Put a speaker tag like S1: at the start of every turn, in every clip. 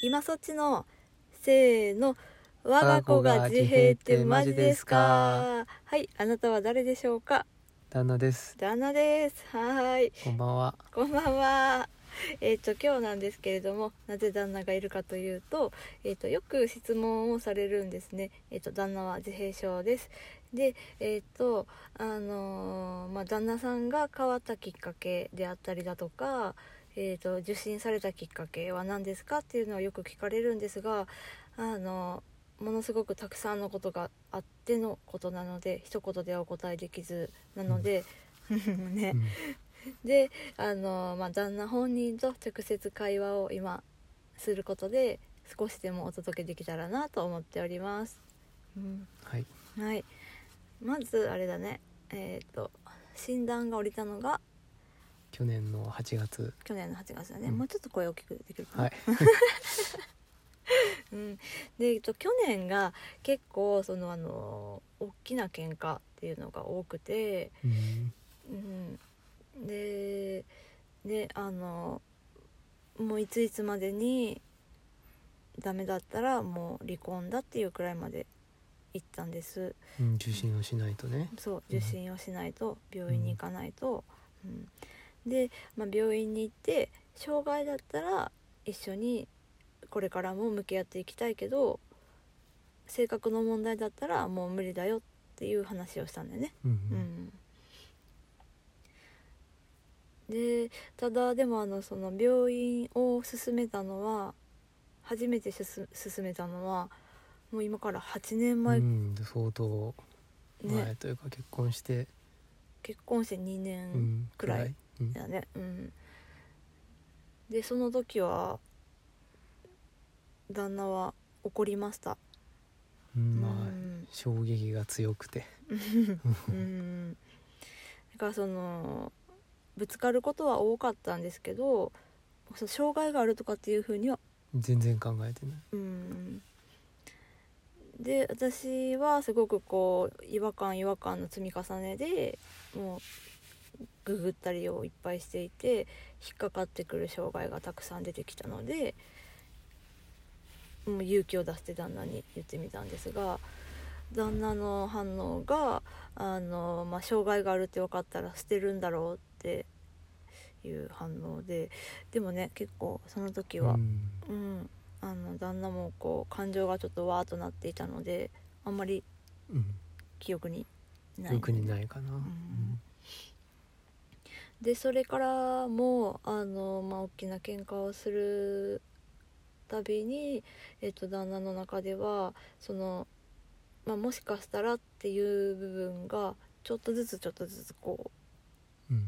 S1: 今そっちのせーの我が子が自閉ってマジですかはいあなたは誰でしょうか
S2: 旦那です
S1: 旦那ですはーい
S2: こんばんは
S1: こんばんはえっ、と今日なんですけれどもなぜ旦那がいるかというと,、えっとよく質問をされるんですねえっ、と旦那は自閉症ですでえっ、とあのーまあ旦那さんが変わったきっかけであったりだとかえっ、と受診されたきっかけは何ですかっていうのはよく聞かれるんですがあのものすごくたくさんのことがあってのことなので一言ではお答えできずなので、ね、
S2: うん
S1: であの、まあ、旦那本人と直接会話を今することで少しでもお届けできたらなと思っております、うん
S2: はい
S1: はいまずあれだねえっ、と診断が降りたのが
S2: 去年の8月
S1: 去年の8月だね、
S2: うん
S1: もうちょっと声大きくできるかな、
S2: はい
S1: うん、で、えっと、去年が結構そのあの大きな喧嘩っていうのが多くて、
S2: うん
S1: うん、でであのもういついつまでにダメだったらもう離婚だっていうくらいまで行ったんです
S2: うん受診をしないとね
S1: そう
S2: うん
S1: 受診をしないと病院に行かないと、うんで、まあ、病院に行って障害だったら一緒にこれからも向き合っていきたいけど性格の問題だったらもう無理だよっていう話をしたんだよね
S2: うん
S1: うんでただでもあのその病院を勧めたのは初めてしゅす勧めたのはもう今から8年
S2: う
S1: 前、
S2: ん相当
S1: ね
S2: 前というか結婚して
S1: 結婚して2
S2: う
S1: 年
S2: ん
S1: くらい
S2: うん
S1: だねうんでその時は旦那は怒りました、
S2: うん
S1: う
S2: まあ
S1: ん
S2: 衝撃が強くて
S1: うんだからそのぶつかることは多かったんですけどその障害があるとかっていうふうには
S2: 全然考えてない
S1: うんで私はすごくこう違和感違和感の積み重ねでもうググったりをいっぱいしていて引っかかってくる障害がたくさん出てきたのでもう勇気を出して旦那に言ってみたんですが旦那の反応があの、まあ、障害があるって分かったら捨てるんだろうっていう反応ででもね結構その時は
S2: うん
S1: うん、あの旦那もこう感情がちょっとわーっとなっていたのであんまり
S2: うん
S1: 記憶にない
S2: よくにないかなうん
S1: でそれからもあの、まあ、大きな喧嘩をするたびに、えっと、旦那の中ではその、まあ、もしかしたらっていう部分がちょっとずつちょっとずつこう
S2: うん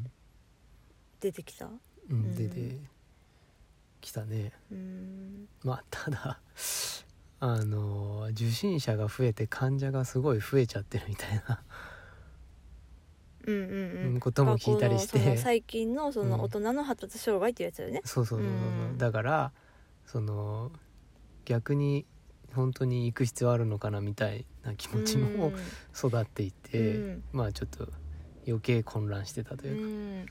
S1: 出てきた
S2: う
S1: うん
S2: ん出てきたね
S1: うん
S2: まあただあの受診者が増えて患者がすごい増えちゃってるみたいな
S1: うんうんうん
S2: ことも聞いたりし
S1: 学校
S2: て
S1: のその最近のそうの
S2: ん
S1: 大人の発達障害っていうやつだよね、
S2: そうそうそうそう
S1: うん
S2: だからその逆に本当に行く必要あるのかなみたいな気持ちも育っていて、
S1: うん
S2: まあちょっと余計混乱してたと
S1: う
S2: いう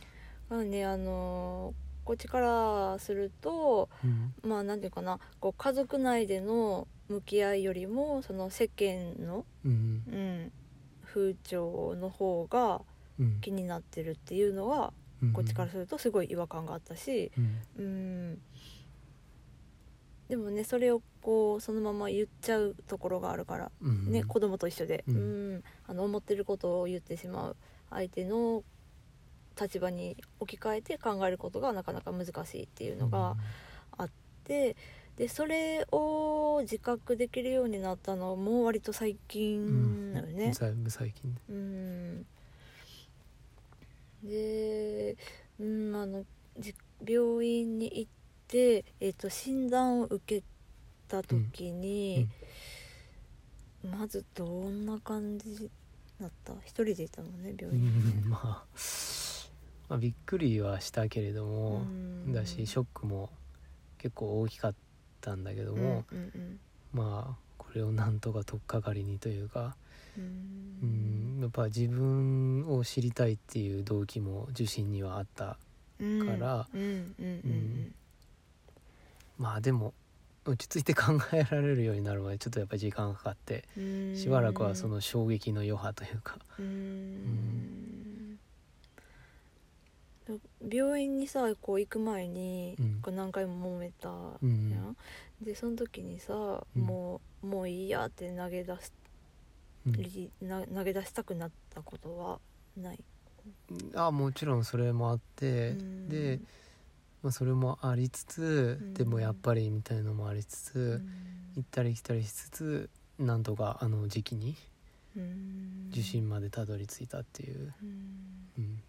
S2: か、
S1: ん、なのであのーこっちからすると
S2: うん
S1: まあなんていうかなこう家族内での向き合いよりもその世間の、
S2: うん
S1: うん、風潮の方が
S2: うん
S1: 気になってるっていうのは
S2: うん
S1: こっちからするとすごい違和感があったし、
S2: うん
S1: うん、でもねそれをこうそのまま言っちゃうところがあるから
S2: うん
S1: ね、子供と一緒で、う
S2: うんん
S1: あの思ってることを言ってしまう相手の立場に置き換えて考えることがなかなか難しいっていうのがあってでそれを自覚できるようになったのも割と最近だよ
S2: うん
S1: ね。
S2: だいぶ最近ね
S1: うんで、うん、あのじ病院に行って、えっと診断を受けた時に、まずどんな感じだった一人でいたもんね病院
S2: うんまあ、まあびっくりはしたけれども、
S1: うん
S2: だしショックも結構大きかったんだけど
S1: うん
S2: も、
S1: うんうん
S2: まあこれをなんとか取っかかりにというか、
S1: う
S2: うんん、やっぱ自分を知りたいっていう動機も受診にはあった
S1: うん
S2: から
S1: うんうんうん
S2: まあでも、落ち着いて考えられるようになるまでちょっとやっぱり時間がかかって
S1: うん
S2: しばらくはその衝撃の余波というか
S1: うーん病院にさこう行く前に、
S2: うん
S1: こう何回も揉めた
S2: う
S1: じ
S2: ん
S1: ゃん、でその時にさ、
S2: うん
S1: もうもういいやって投げ出し
S2: うん
S1: な投げ出したくなったことはない、
S2: あもちろんそれもあって
S1: うん
S2: で、まあ、それもありつつ
S1: うん
S2: でもやっぱりみたいのもあり
S1: う
S2: つつ行
S1: ん
S2: ったり来たりしつつなんとかあの時期に
S1: うん
S2: 受診までたどり着いたっていう、
S1: うん
S2: うん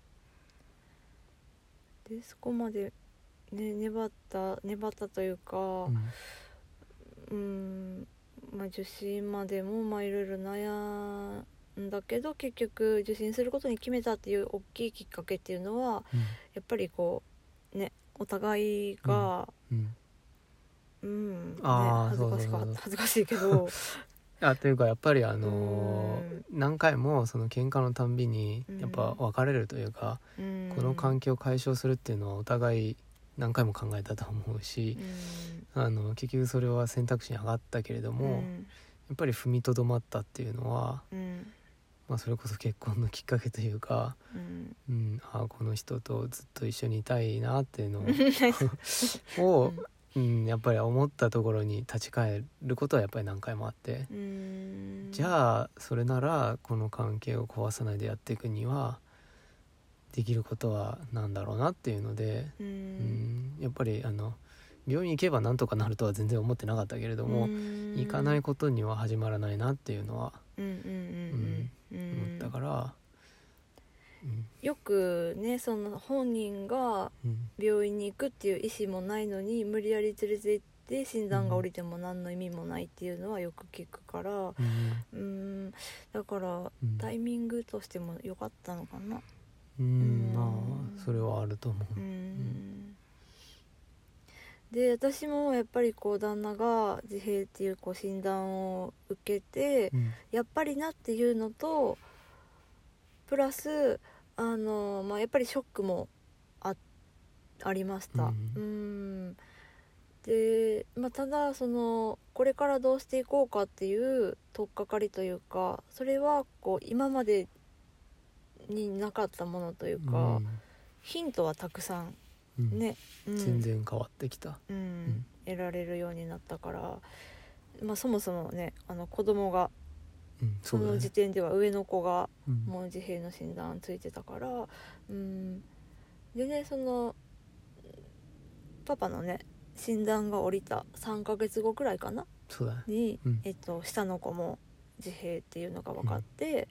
S1: でそこまで、ね、粘った粘ったというか、
S2: うん
S1: うんまあ受診までもまあいろいろ悩んだけど結局受診することに決めたっていう大きいきっかけっていうのは
S2: うん
S1: やっぱりこうねお互いが、
S2: うん、
S1: うんね、
S2: あー
S1: 恥ずかしか
S2: そうそうそう
S1: 恥ずかしいけど
S2: あというかやっぱりあの
S1: うん
S2: 何回もその喧嘩のたんびにやっぱ
S1: うん
S2: 別れるというか、
S1: うん
S2: この関係を解消するっていうのはお互い何回も考えたと思うし、あの結局それは選択肢に上がったけれど
S1: うん
S2: も、やっぱり踏みとどまったっていうのは、
S1: うんうん
S2: まあ、それこそ結婚のきっかけというか、
S1: うん
S2: うん、ああこの人とずっと一緒にいたいなっ ていうの
S1: う
S2: を
S1: ん、
S2: うん、やっぱり思ったところに立ち返ることはやっぱり何回もあって。
S1: うん
S2: じゃあそれならこの関係を壊さないでやっていくにはできることは何だろうなっていうので、
S1: う
S2: うんん、やっぱりあの病院行けばなんとかなるとは全然思ってなかったけれども、
S1: うん
S2: 行かないことには始まらないなっていうのは
S1: うんうんうんうん
S2: 思ったから、うん
S1: よくねその本人が
S2: うん
S1: 病院に行くっていう意思もないのに無理やり連れて行って診断が下りても何の意味もないっていうのはよく聞くからう
S2: うん
S1: ーんだから
S2: うん
S1: タイミングとしても良かったのかな
S2: うん
S1: うん
S2: まあそれはあると思
S1: う
S2: う。
S1: んで私もやっぱりこう旦那が自閉っていうこう診断を受けて
S2: うん
S1: やっぱりなっていうのとプラスあの、まあ、やっぱりショックもあありました。
S2: うん
S1: うんで、まあ、ただそのこれからどうしていこうかっていう取っかかりというかそれはこう今までになかったものというか、ヒントはたくさん
S2: うん
S1: ね、うん
S2: 全然変わってきた。
S1: うん
S2: ん
S1: 得られるようになったから、まあ、そもそもねあの子供が
S2: うん、
S1: そ
S2: そうだ
S1: の
S2: ね
S1: 時。点では上の子が
S2: うん
S1: もう自閉の診断ついてたからうんでねそのパパのね診断が下りた3ヶ月後くらいかな
S2: そうだね。
S1: に、
S2: うん
S1: えっと、下の子も自閉っていうのが分かって、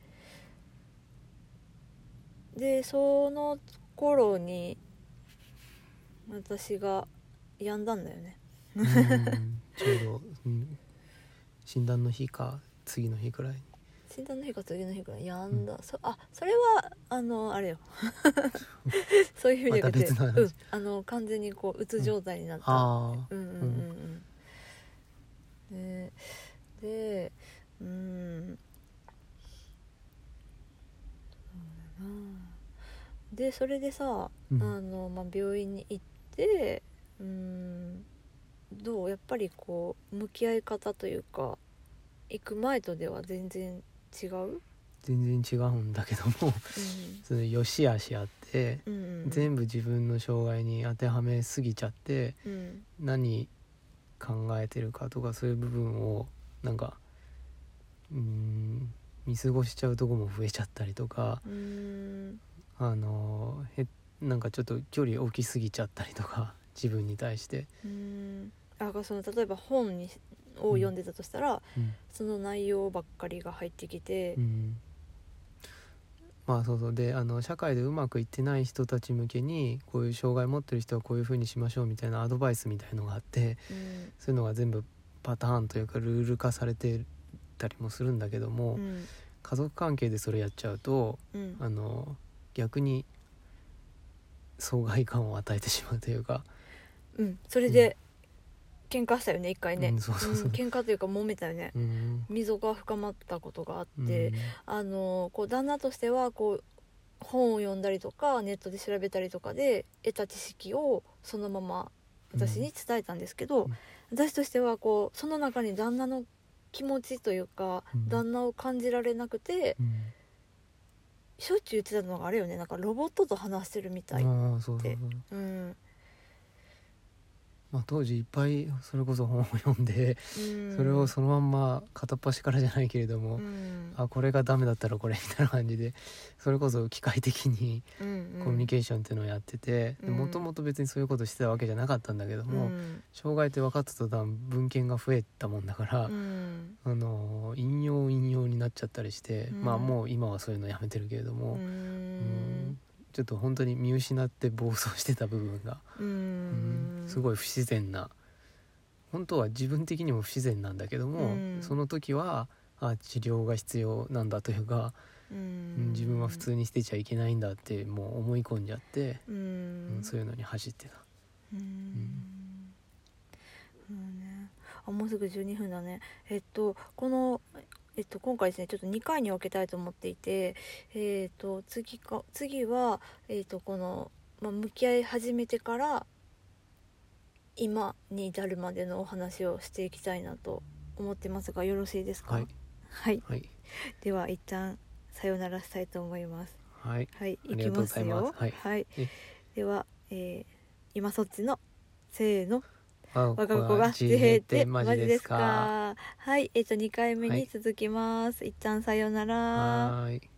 S1: でその頃に私が病んだんだよね
S2: うんちょうど、うん、診断の日か次の日くらい
S1: 診断の日か次の日くらい病んだ、そあそれはあのあれよ そういうふうじゃなくて、
S2: また別の話
S1: うん、あの完全にこううつ状態になった、
S2: ああ
S1: うんうんうんうんねでうんそうだなでそれでさ、
S2: うん
S1: あのまあ、病院に行ってうんどうやっぱりこう向き合い方というか行く前とでは全然違う、うん
S2: 全然違うんだけども その良し悪しあって、
S1: うんうん、
S2: 全部自分の障害に当てはめすぎちゃって
S1: うん
S2: 何考えてるかとかそういう部分をなんかうん見過ごしちゃうとこも増えちゃったりとか
S1: うん
S2: あのへなんかちょっと距離大きすぎちゃったりとか 自分に対して。
S1: うんあその例えば本にを読んでたとしたら、
S2: うん
S1: その内容ばっかりが入ってきて
S2: う、ん、まあそうそうであの社会でうまくいってない人たち向けにこういう障害持ってる人はこういうふうにしましょうみたいなアドバイスみたいのがあって
S1: うん
S2: そういうのが全部パターンというかルール化されてたりもするんだけども、
S1: うん
S2: 家族関係でそれやっちゃうと
S1: うん
S2: あの逆に疎外感を与えてしまうというか、
S1: うん、それで喧嘩したよね一回ね、
S2: うんそうそうそう
S1: うん喧嘩というか揉めたよね
S2: うん
S1: 溝が深まったことがあ
S2: う
S1: っ
S2: ん
S1: て、あのこう旦那としてはこう本を読んだりとかネットで調べたりとかで得た知識をそのまま私に伝えたんですけど、
S2: うん
S1: 私としてはこうその中に旦那の気持ちというか、
S2: うん
S1: 旦那を感じられなくて
S2: うん
S1: しょっちゅう言ってたのがあれよねなんかロボットと話してるみたい、
S2: ああそうそうそう
S1: でうん
S2: まあ、当時いっぱいそれこそ本を読んで、
S1: うん
S2: それをそのまんま片っ端からじゃないけれども、
S1: うん
S2: あこれがダメだったらこれみたいな感じでそれこそ機械的に
S1: うんうん
S2: コミュニケーションっていうのをやってて
S1: うん
S2: もともと別にそういうことしてたわけじゃなかったんだけども、
S1: うん
S2: 障害って分かった途端文献が増えたもんだから、
S1: うん
S2: あの引用引用になっちゃったりして、
S1: うん
S2: まあもう今はそういうのやめてるけれども、
S1: う
S2: うん
S1: ん
S2: ちょっと本当に見失って暴走してた部分が、
S1: う
S2: うん
S1: ん
S2: すごい不自然な本当は自分的にも不自然なんだけど
S1: う
S2: も、
S1: ん
S2: その時はあ治療が必要なんだというか、
S1: う
S2: うん
S1: ん
S2: 自分は普通に捨てちゃいけないんだってもう思い込んじゃって、
S1: うん
S2: うんそういうのに走ってた。
S1: うんうんねあもうすぐ12分だねえっとこのえっと今回ですねちょっと2回に分けたいと思っていてえっと次か次はえっとこの、まあ、向き合い始めてから今に至るまでのお話をしていきたいなと思ってますがよろしいですか
S2: はい、
S1: はい、
S2: はい、
S1: では一旦さようならしたいと思います
S2: はい
S1: はい、
S2: あ
S1: 行
S2: り
S1: き
S2: がとう
S1: ま
S2: ござ
S1: す
S2: います
S1: よ。
S2: はいえ
S1: では、えー、今そっちのせーの
S2: 我
S1: 我が子が自閉ってマジですか。はい、えっ、と二回目
S2: は
S1: に
S2: い
S1: 続きます。一旦さようなら。
S2: はーい。